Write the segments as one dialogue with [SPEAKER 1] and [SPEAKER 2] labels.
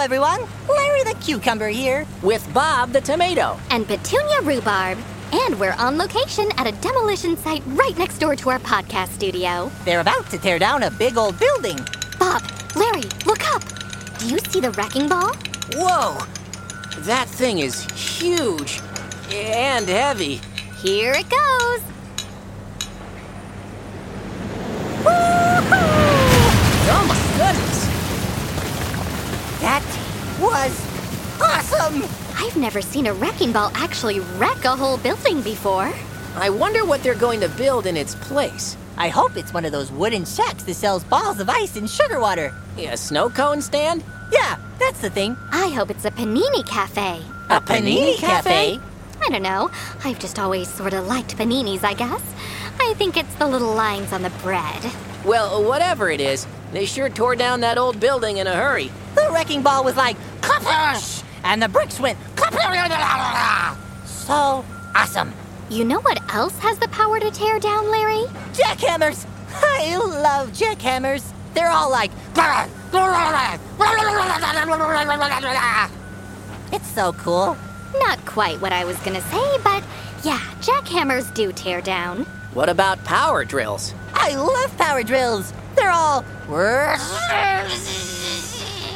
[SPEAKER 1] everyone. Larry the Cucumber here with Bob the Tomato.
[SPEAKER 2] and Petunia Rhubarb. And we're on location at a demolition site right next door to our podcast studio.
[SPEAKER 1] They're about to tear down a big old building.
[SPEAKER 2] Bob, Larry, look up. Do you see the wrecking ball?
[SPEAKER 3] Whoa! That thing is huge and heavy.
[SPEAKER 2] Here it goes.
[SPEAKER 3] Oh my goodness!
[SPEAKER 1] That was awesome!
[SPEAKER 2] I've never seen a wrecking ball actually wreck a whole building before.
[SPEAKER 3] I wonder what they're going to build in its place.
[SPEAKER 1] I hope it's one of those wooden shacks that sells balls of ice and sugar water.
[SPEAKER 3] A snow cone stand?
[SPEAKER 1] Yeah, that's the thing.
[SPEAKER 2] I hope it's a panini cafe.
[SPEAKER 3] A panini cafe?
[SPEAKER 2] I don't know. I've just always sort of liked paninis, I guess. I think it's the little lines on the bread.
[SPEAKER 3] Well, whatever it is, they sure tore down that old building in a hurry.
[SPEAKER 1] The wrecking ball was like, kapush! And the bricks went, kapush! So awesome.
[SPEAKER 2] You know what else has the power to tear down, Larry?
[SPEAKER 1] Jackhammers! I love jackhammers. They're all like, it's so cool.
[SPEAKER 2] Not quite what I was gonna say, but yeah, jackhammers do tear down.
[SPEAKER 3] What about power drills?
[SPEAKER 1] I love power drills. They're all,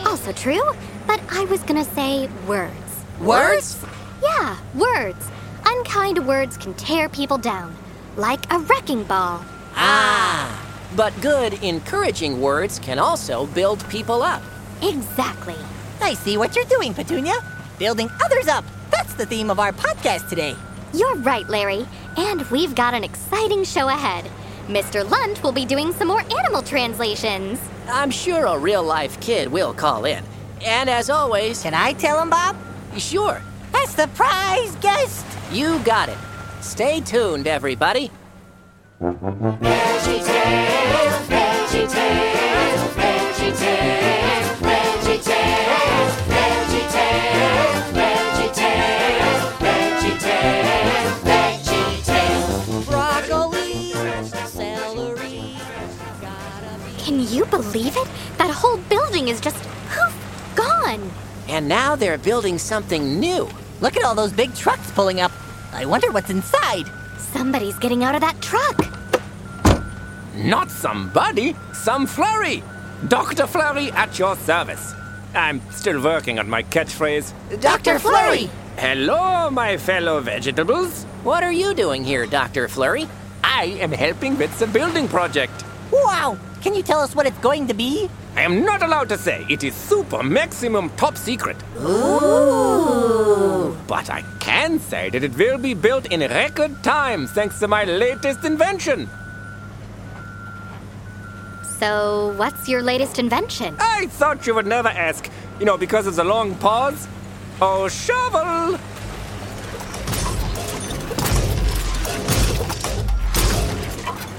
[SPEAKER 2] Also true, but I was gonna say words.
[SPEAKER 3] Words?
[SPEAKER 2] Yeah, words. Unkind words can tear people down, like a wrecking ball.
[SPEAKER 3] Ah! But good, encouraging words can also build people up.
[SPEAKER 2] Exactly.
[SPEAKER 1] I see what you're doing, Petunia. Building others up. That's the theme of our podcast today.
[SPEAKER 2] You're right, Larry, and we've got an exciting show ahead. Mr. Lunt will be doing some more animal translations.
[SPEAKER 3] I'm sure a real life kid will call in. And as always,
[SPEAKER 1] Can I tell him, Bob?
[SPEAKER 3] sure,
[SPEAKER 1] A surprise guest!
[SPEAKER 3] you got it. Stay tuned, everybody.
[SPEAKER 1] Broccoli, celery.
[SPEAKER 2] Can you believe it? That whole building is just poof, gone.
[SPEAKER 3] And now they're building something new.
[SPEAKER 1] Look at all those big trucks pulling up. I wonder what's inside.
[SPEAKER 2] Somebody's getting out of that truck.
[SPEAKER 4] Not somebody, some Flurry! Dr. Flurry at your service. I'm still working on my catchphrase.
[SPEAKER 3] Dr. Flurry!
[SPEAKER 4] Hello, my fellow vegetables.
[SPEAKER 3] What are you doing here, Dr. Flurry?
[SPEAKER 4] I am helping with the building project.
[SPEAKER 1] Wow! Can you tell us what it's going to be?
[SPEAKER 4] I am not allowed to say it is super maximum top secret. Ooh. But I can say that it will be built in record time thanks to my latest invention.
[SPEAKER 2] So, what's your latest invention?
[SPEAKER 4] I thought you would never ask. You know, because of the long pause. Oh, shovel!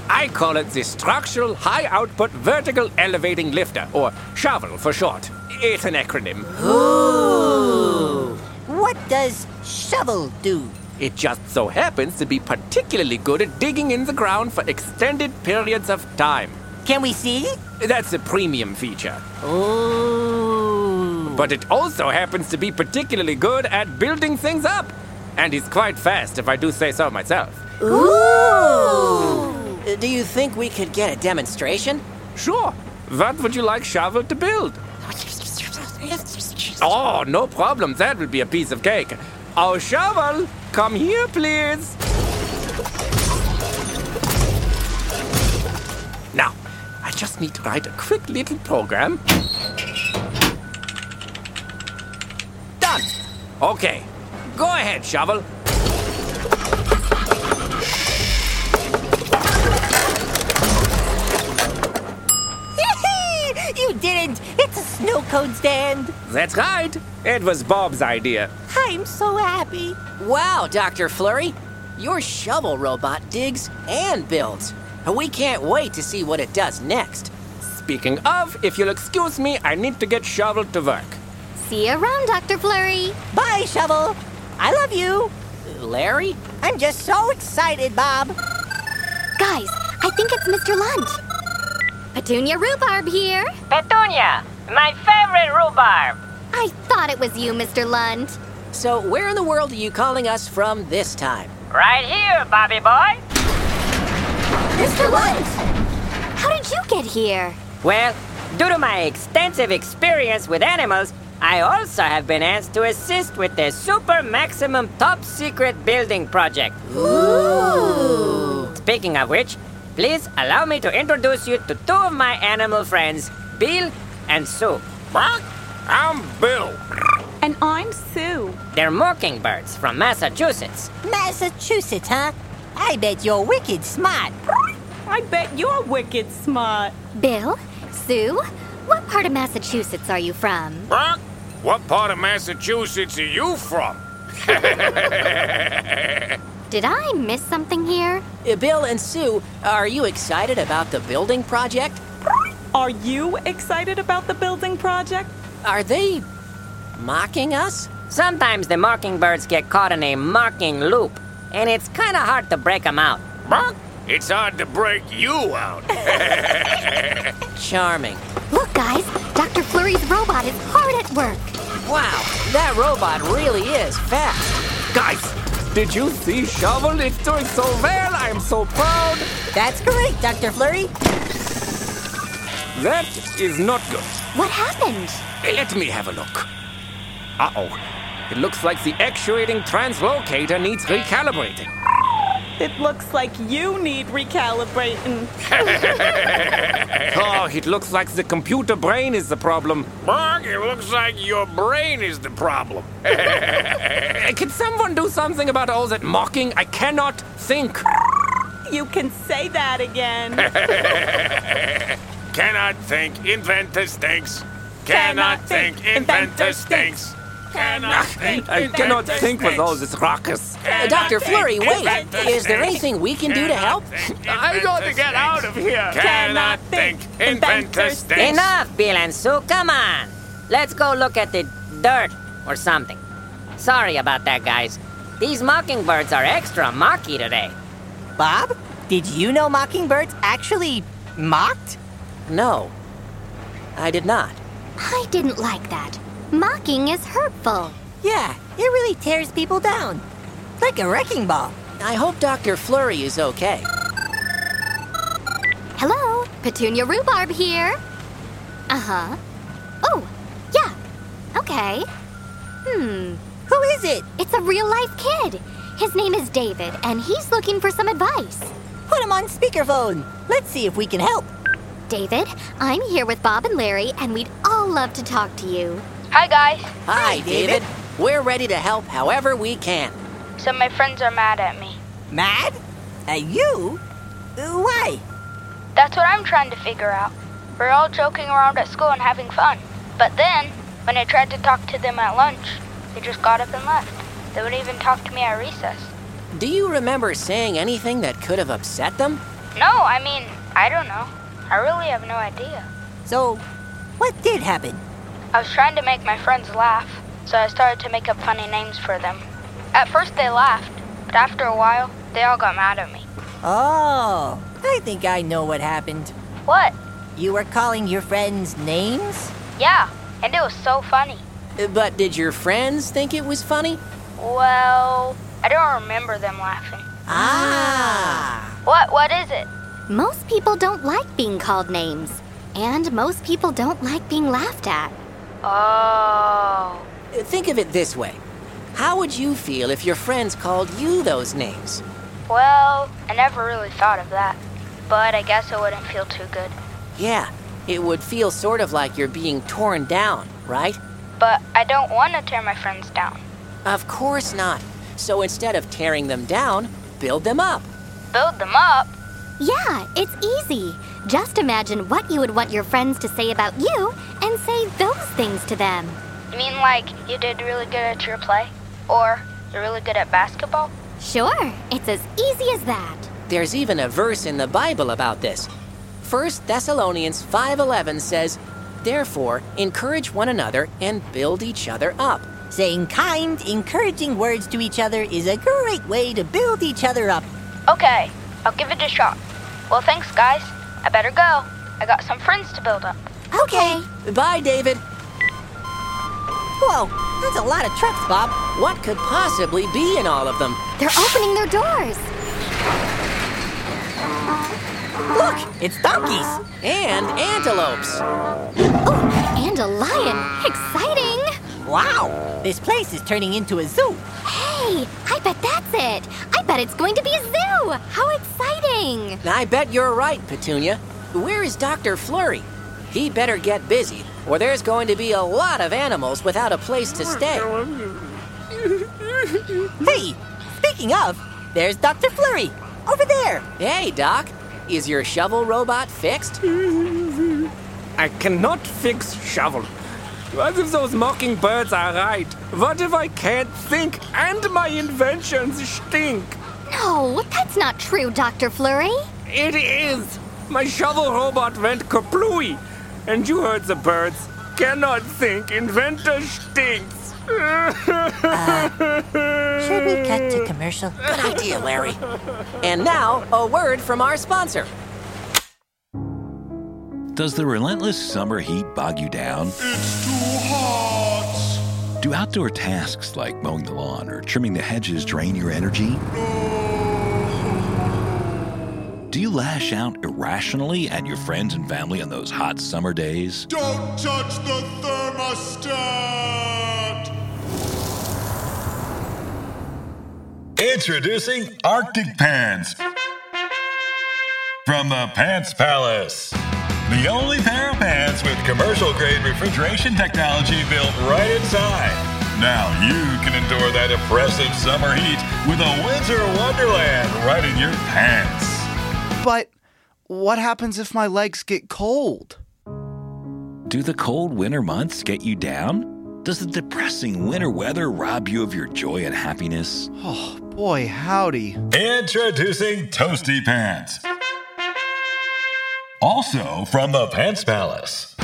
[SPEAKER 4] I call it the Structural High Output Vertical Elevating Lifter, or shovel for short. It's an acronym.
[SPEAKER 1] What does shovel do?
[SPEAKER 4] It just so happens to be particularly good at digging in the ground for extended periods of time.
[SPEAKER 1] Can we see?
[SPEAKER 4] That's a premium feature.
[SPEAKER 1] Ooh.
[SPEAKER 4] But it also happens to be particularly good at building things up. And he's quite fast, if I do say so myself.
[SPEAKER 3] Uh, Do you think we could get a demonstration?
[SPEAKER 4] Sure. What would you like Shovel to build? Oh, no problem. That will be a piece of cake. Oh, Shovel, come here, please. Now, I just need to write a quick little program. Done. Okay. Go ahead, Shovel.
[SPEAKER 1] you didn't! It's a snow cone stand!
[SPEAKER 4] That's right. It was Bob's idea.
[SPEAKER 1] I'm so happy.
[SPEAKER 3] Wow, Dr. Flurry! Your shovel robot digs and builds. We can't wait to see what it does next.
[SPEAKER 4] Speaking of, if you'll excuse me, I need to get Shovel to work.
[SPEAKER 2] See you around, Dr. Flurry.
[SPEAKER 1] Bye, shovel! I love you!
[SPEAKER 3] Larry?
[SPEAKER 1] I'm just so excited, Bob!
[SPEAKER 2] Guys, I think it's Mr. Lunt. Petunia Rhubarb here.
[SPEAKER 5] Petunia, my favorite rhubarb.
[SPEAKER 2] I thought it was you, Mr. Lund.
[SPEAKER 3] So, where in the world are you calling us from this time?
[SPEAKER 5] Right here, Bobby boy.
[SPEAKER 2] Mr. Lund! How did you get here?
[SPEAKER 5] Well, due to my extensive experience with animals, I also have been asked to assist with the Super Maximum Top Secret Building Project. Speaking of which, please allow me to introduce you to two of my animal friends, Bill and Sue.
[SPEAKER 4] I'm Bill.
[SPEAKER 6] And I'm Sue.
[SPEAKER 5] They're mockingbirds from Massachusetts.
[SPEAKER 1] Massachusetts, huh? I bet you're wicked smart.
[SPEAKER 6] I bet you're wicked smart.
[SPEAKER 2] Bill? Sue? What part of Massachusetts are you from?
[SPEAKER 4] What part of Massachusetts are you from?
[SPEAKER 2] Did I miss something here?
[SPEAKER 3] Uh, Bill and Sue, are you excited about the building project?
[SPEAKER 6] Are you excited about the building project?
[SPEAKER 3] Are they mocking us?
[SPEAKER 5] Sometimes the mockingbirds get caught in a mocking loop, and it's kind of hard to break them out.
[SPEAKER 4] It's hard to break you out.
[SPEAKER 3] Charming.
[SPEAKER 2] Look, guys, Dr. Flurry's robot is hard at work.
[SPEAKER 3] Wow, that robot really is fast.
[SPEAKER 4] Guys, did you see Shovel? It's doing so well. I'm so proud.
[SPEAKER 1] That's great, Dr. Flurry.
[SPEAKER 4] That is not good.
[SPEAKER 2] What happened?
[SPEAKER 4] Let me have a look. Uh oh. It looks like the actuating translocator needs recalibrating.
[SPEAKER 6] It looks like you need recalibrating.
[SPEAKER 4] Oh, it looks like the computer brain is the problem. It looks like your brain is the problem. Can someone do something about all that mocking? I cannot think.
[SPEAKER 6] You can say that again.
[SPEAKER 4] Cannot think. Inventor stinks.
[SPEAKER 6] Cannot think. Inventor stinks.
[SPEAKER 4] Cannot think. I cannot think with all this ruckus.
[SPEAKER 3] Uh, Dr. Flurry, wait. Is there anything we can do to help?
[SPEAKER 4] I got to get out of here.
[SPEAKER 6] Cannot think. Inventor stinks.
[SPEAKER 5] Enough, Bill and Sue, come on! Let's go look at the dirt or something. Sorry about that, guys. These mockingbirds are extra mocky today.
[SPEAKER 1] Bob, did you know mockingbirds actually mocked?
[SPEAKER 3] No, I did not.
[SPEAKER 2] I didn't like that. Mocking is hurtful.
[SPEAKER 1] Yeah, it really tears people down. Like a wrecking ball.
[SPEAKER 3] I hope Dr. Flurry is okay.
[SPEAKER 2] Hello, Petunia Rhubarb here. Uh huh. Oh, yeah. Okay. Hmm.
[SPEAKER 1] Who is it?
[SPEAKER 2] It's a real life kid. His name is David, and he's looking for some advice.
[SPEAKER 1] Put him on speakerphone. Let's see if we can help.
[SPEAKER 2] David, I'm here with Bob and Larry, and we'd all love to talk to you.
[SPEAKER 7] Hi guys.
[SPEAKER 3] Hi, David. We're ready to help however we can.
[SPEAKER 7] Some of my friends are mad at me.
[SPEAKER 1] Mad? At you? Uh, Why?
[SPEAKER 7] That's what I'm trying to figure out. We're all joking around at school and having fun. But then, when I tried to talk to them at lunch, they just got up and left. They wouldn't even talk to me at recess.
[SPEAKER 3] Do you remember saying anything that could have upset them?
[SPEAKER 7] No, I mean, I don't know. I really have no idea.
[SPEAKER 1] So, what did happen?
[SPEAKER 7] I was trying to make my friends laugh, so I started to make up funny names for them. At first they laughed, but after a while, they all got mad at me.
[SPEAKER 1] Oh, I think I know what happened.
[SPEAKER 7] What?
[SPEAKER 1] You were calling your friends names?
[SPEAKER 7] Yeah, and it was so funny.
[SPEAKER 3] Uh, But did your friends think it was funny?
[SPEAKER 7] Well, I don't remember them laughing.
[SPEAKER 3] Ah!
[SPEAKER 7] What? What is it?
[SPEAKER 2] Most people don't like being called names, and most people don't like being laughed at.
[SPEAKER 7] Oh.
[SPEAKER 3] Uh, Think of it this way How would you feel if your friends called you those names?
[SPEAKER 7] Well, I never really thought of that. But I guess it wouldn't feel too good.
[SPEAKER 3] Yeah, it would feel sort of like you're being torn down, right?
[SPEAKER 7] But I don't want to tear my friends down.
[SPEAKER 3] Of course not. So instead of tearing them down, build them up.
[SPEAKER 7] Build them up?
[SPEAKER 2] Yeah, it's easy. Just imagine what you would want your friends to say about you and say those things to them.
[SPEAKER 7] You mean like you did really good at your play? Or you're really good at basketball?
[SPEAKER 2] Sure, it's as easy as that.
[SPEAKER 3] There's even a verse in the Bible about this. 1 Thessalonians 5:11 says, "Therefore, encourage one another and build each other up."
[SPEAKER 1] Saying kind, encouraging words to each other is a great way to build each other up.
[SPEAKER 7] Okay, I'll give it a shot. Well, thanks, guys. I better go. I got some friends to build up.
[SPEAKER 2] Okay.
[SPEAKER 3] Bye, David.
[SPEAKER 1] Whoa, that's a lot of trucks, Bob.
[SPEAKER 3] What could possibly be in all of them?
[SPEAKER 2] They're opening their doors.
[SPEAKER 1] Look, it's donkeys.
[SPEAKER 3] And antelopes.
[SPEAKER 2] Oh, and a lion. Exciting!
[SPEAKER 1] Wow, this place is turning into a zoo.
[SPEAKER 2] Hey, I bet that's it. I bet it's going to be a zoo. How exciting!
[SPEAKER 3] I bet you're right, Petunia. Where is Dr. Flurry? He better get busy, or there's going to be a lot of animals without a place to stay.
[SPEAKER 1] Hey, speaking of, there's Dr. Flurry over there.
[SPEAKER 3] Hey, Doc, is your shovel robot fixed?
[SPEAKER 4] I cannot fix shovel. What if those mockingbirds are right? What if I can't think and my inventions stink?
[SPEAKER 2] No, that's not true, Dr. Flurry.
[SPEAKER 4] It is! My shovel robot went kaplooey! And you heard the birds. Cannot think, inventor stinks!
[SPEAKER 1] Should we cut to commercial?
[SPEAKER 3] Good idea, Larry. And now, a word from our sponsor.
[SPEAKER 8] Does the relentless summer heat bog you down?
[SPEAKER 9] It's too hot.
[SPEAKER 8] Do outdoor tasks like mowing the lawn or trimming the hedges drain your energy? Do you lash out irrationally at your friends and family on those hot summer days?
[SPEAKER 9] Don't touch the thermostat.
[SPEAKER 10] Introducing Arctic Pants from the Pants Palace. The only pair of pants with commercial grade refrigeration technology built right inside. Now you can endure that oppressive summer heat with a winter wonderland right in your pants.
[SPEAKER 11] But what happens if my legs get cold?
[SPEAKER 8] Do the cold winter months get you down? Does the depressing winter weather rob you of your joy and happiness?
[SPEAKER 11] Oh, Boy, howdy.
[SPEAKER 10] Introducing Toasty Pants. Also from the Pants Palace.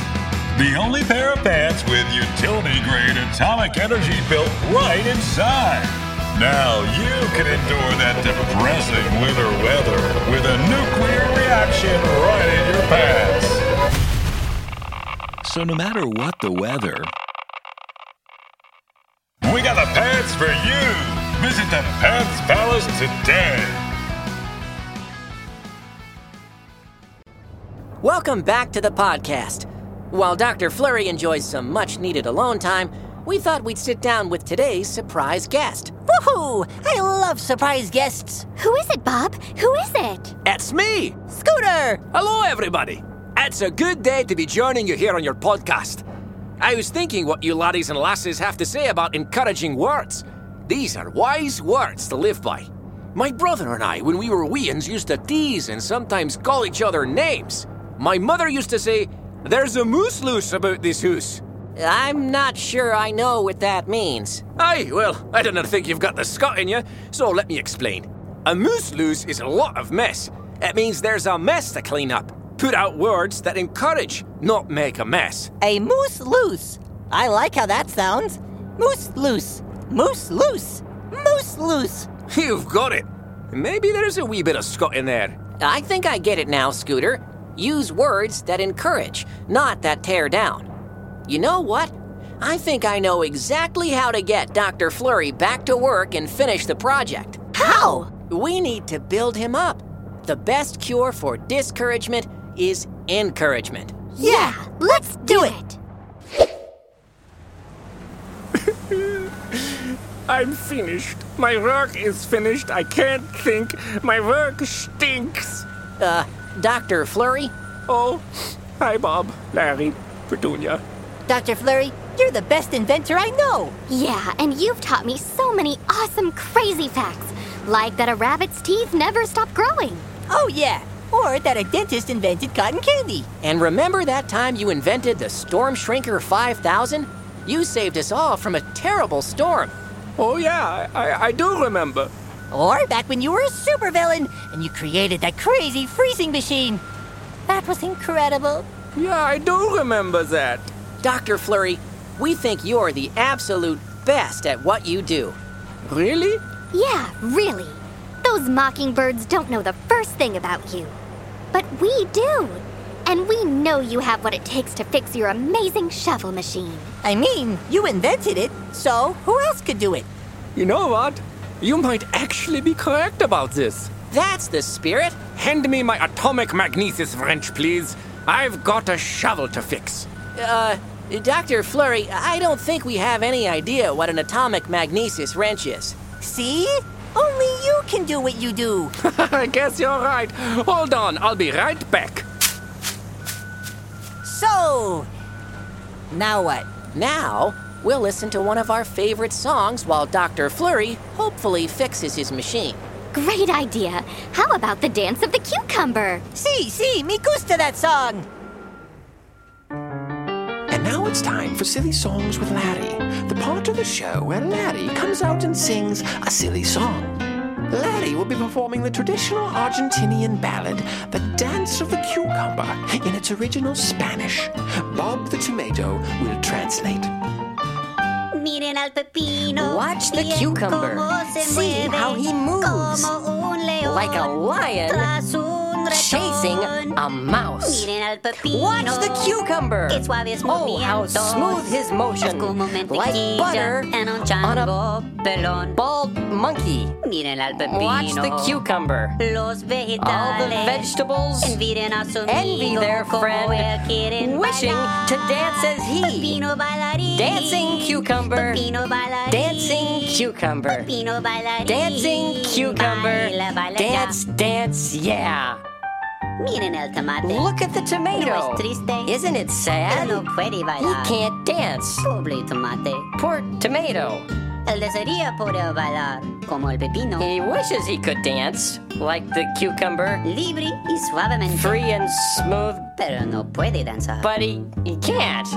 [SPEAKER 10] The only pair of pants with utility grade atomic energy built right inside. Now you can endure that depressing winter weather with a nuclear reaction right in your pants.
[SPEAKER 8] So, no matter what the weather,
[SPEAKER 10] We got the pants for you. Visit the Pants Palace today.
[SPEAKER 3] Welcome back to the podcast. While Dr. Flurry enjoys some much needed alone time, we thought we'd sit down with today's surprise guest.
[SPEAKER 1] Woohoo! I love surprise guests.
[SPEAKER 2] Who is it, Bob? Who is it?
[SPEAKER 4] That's me!
[SPEAKER 1] Scooter!
[SPEAKER 4] Hello, everybody! It's a good day to be joining you here on your podcast. I was thinking what you laddies and lasses have to say about encouraging words. These are wise words to live by. My brother and I, when we were weans, used to tease and sometimes call each other names. My mother used to say, There's a moose loose about this hoose.
[SPEAKER 3] I'm not sure I know what that means.
[SPEAKER 4] Aye, well, I don't think you've got the Scot in you, so let me explain. A moose loose is a lot of mess. It means there's a mess to clean up. Put out words that encourage, not make a mess.
[SPEAKER 1] A moose loose. I like how that sounds. Moose loose. Moose loose. Moose loose.
[SPEAKER 4] You've got it. Maybe there's a wee bit of Scot in there.
[SPEAKER 3] I think I get it now, Scooter. Use words that encourage, not that tear down. You know what? I think I know exactly how to get Dr. Flurry back to work and finish the project.
[SPEAKER 1] How?
[SPEAKER 3] We need to build him up. The best cure for discouragement is encouragement.
[SPEAKER 2] Yeah, let's do it.
[SPEAKER 4] I'm finished. My work is finished. I can't think. My work stinks.
[SPEAKER 3] Uh, Dr. Flurry?
[SPEAKER 4] Oh, hi, Bob, Larry, Petunia.
[SPEAKER 1] Dr. Flurry, you're the best inventor I know.
[SPEAKER 2] Yeah, and you've taught me so many awesome, crazy facts, like that a rabbit's teeth never stop growing.
[SPEAKER 1] Oh, yeah. Or that a dentist invented cotton candy.
[SPEAKER 3] And remember that time you invented the Storm Shrinker 5000? You saved us all from a terrible storm.
[SPEAKER 4] Oh, yeah, I, I, I do remember.
[SPEAKER 1] Or back when you were a supervillain and you created that crazy freezing machine. That was incredible.
[SPEAKER 4] Yeah, I do remember that.
[SPEAKER 3] Dr. Flurry, we think you're the absolute best at what you do.
[SPEAKER 4] Really?
[SPEAKER 2] Yeah, really. Those mockingbirds don't know the first thing about you. But we do. And we know you have what it takes to fix your amazing shovel machine.
[SPEAKER 1] I mean, you invented it, so who else could do it?
[SPEAKER 4] You know what? You might actually be correct about this.
[SPEAKER 12] That's the spirit.
[SPEAKER 4] Hand me my atomic magnesis wrench, please. I've got a shovel to fix.
[SPEAKER 12] Uh, Dr. Flurry, I don't think we have any idea what an atomic magnesis wrench is.
[SPEAKER 1] See? Only you can do what you do.
[SPEAKER 4] I guess you're right. Hold on, I'll be right back.
[SPEAKER 1] So, now what?
[SPEAKER 12] Now, we'll listen to one of our favorite songs while Dr. Flurry hopefully fixes his machine.
[SPEAKER 2] Great idea. How about the dance of the cucumber?
[SPEAKER 1] See, si, see, si, me gusta that song.
[SPEAKER 8] And now it's time for Silly Songs with Laddie, the part of the show where Laddie comes out and sings a silly song. Laddie will be performing the traditional Argentinian ballad, The Dance of the Cucumber, in its original Spanish. Bob the Tomato will translate.
[SPEAKER 3] Watch the cucumber. See how he moves. Like a lion chasing a mouse. Watch the cucumber. Oh, how smooth his motion. Like butter on a bald monkey. Watch the cucumber. All the vegetables envy their friend, wishing to dance as he. Dancing cucumber. Dancing cucumber. Dancing cucumber. Dance, dance, yeah. Look at the tomato. Isn't it sad? He can't dance. Poor tomato. He wishes he could dance, like the cucumber. Free and smooth. But he, he can't.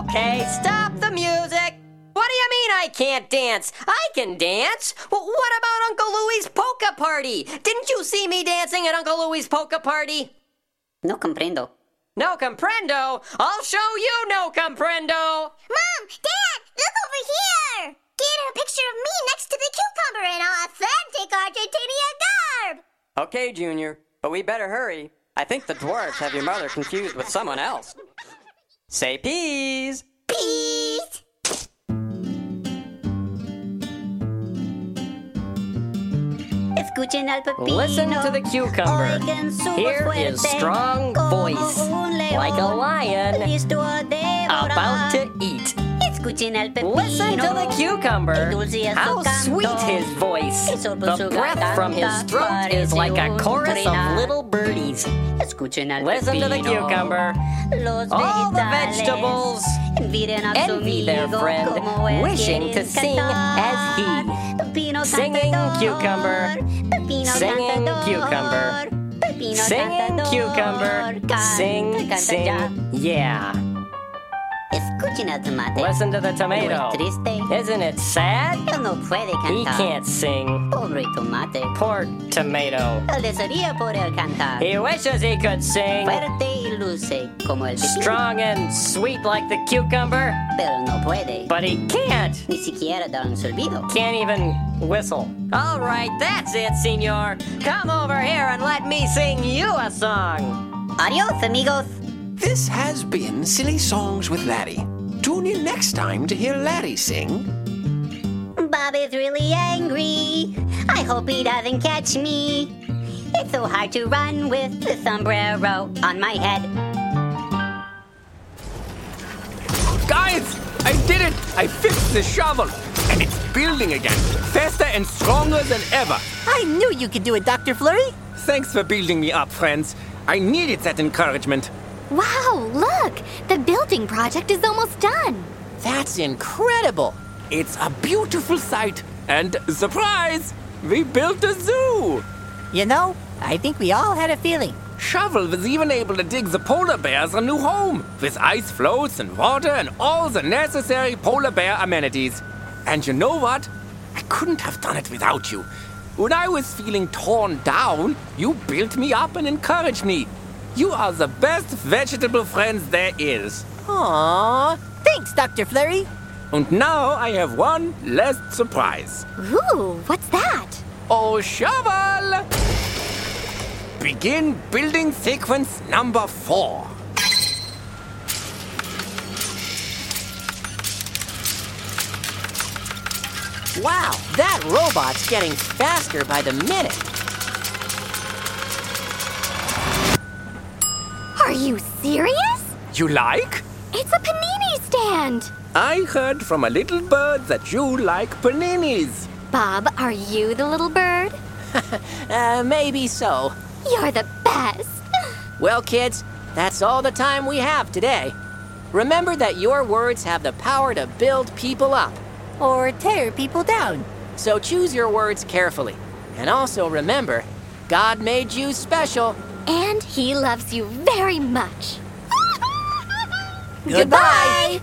[SPEAKER 3] Okay, stop the music. What do you mean I can't dance? I can dance. Well, what about Uncle Louie's polka party? Didn't you see me dancing at Uncle Louie's polka party? No comprendo. No comprendo? I'll show you no comprendo.
[SPEAKER 13] Mom, Dad, look over here. Get a picture of me next to the cucumber in authentic Argentinian garb.
[SPEAKER 14] Okay, Junior, but we better hurry. I think the dwarves have your mother confused with someone else. Say peas.
[SPEAKER 13] Peas.
[SPEAKER 3] Listen to the cucumber. Here is strong voice, like a lion about to eat. Listen to the cucumber. How sweet his voice. The breath from his throat is like a chorus of little birdies. Listen to the cucumber. All the vegetables envy their friend, wishing to sing as he. Singing cucumber, singing cucumber, singing cucumber, sing, sing, yeah. Listen to the tomato. Isn't it sad? He can't sing. Poor tomato. He wishes he could sing. Strong and sweet like the cucumber. But he can't. Can't even whistle. All right, that's it, senor. Come over here and let me sing you a song.
[SPEAKER 13] Adios, amigos.
[SPEAKER 8] This has been Silly Songs with Larry. Tune in next time to hear Larry sing.
[SPEAKER 13] Bobby's really angry. I hope he doesn't catch me. It's so hard to run with the sombrero on my head.
[SPEAKER 4] Guys, I did it! I fixed the shovel! And it's building again, faster and stronger than ever.
[SPEAKER 1] I knew you could do it, Dr. Flurry.
[SPEAKER 4] Thanks for building me up, friends. I needed that encouragement.
[SPEAKER 2] Wow, look! The building project is almost done!
[SPEAKER 12] That's incredible!
[SPEAKER 4] It's a beautiful sight! And surprise! We built a zoo!
[SPEAKER 1] You know, I think we all had a feeling.
[SPEAKER 4] Shovel was even able to dig the polar bears a new home with ice floats and water and all the necessary polar bear amenities. And you know what? I couldn't have done it without you. When I was feeling torn down, you built me up and encouraged me. You are the best vegetable friends there is.
[SPEAKER 1] Aww. Thanks, Dr. Flurry.
[SPEAKER 4] And now I have one last surprise.
[SPEAKER 2] Ooh, what's that?
[SPEAKER 4] Oh, shovel! Begin building sequence number four.
[SPEAKER 3] Wow, that robot's getting faster by the minute.
[SPEAKER 2] Are you serious?
[SPEAKER 4] You like?
[SPEAKER 2] It's a panini stand!
[SPEAKER 4] I heard from a little bird that you like paninis.
[SPEAKER 2] Bob, are you the little bird?
[SPEAKER 3] uh, maybe so.
[SPEAKER 2] You're the best!
[SPEAKER 3] Well, kids, that's all the time we have today. Remember that your words have the power to build people up
[SPEAKER 1] or tear people down.
[SPEAKER 3] So choose your words carefully. And also remember, God made you special.
[SPEAKER 2] And He loves you very much.
[SPEAKER 1] Goodbye.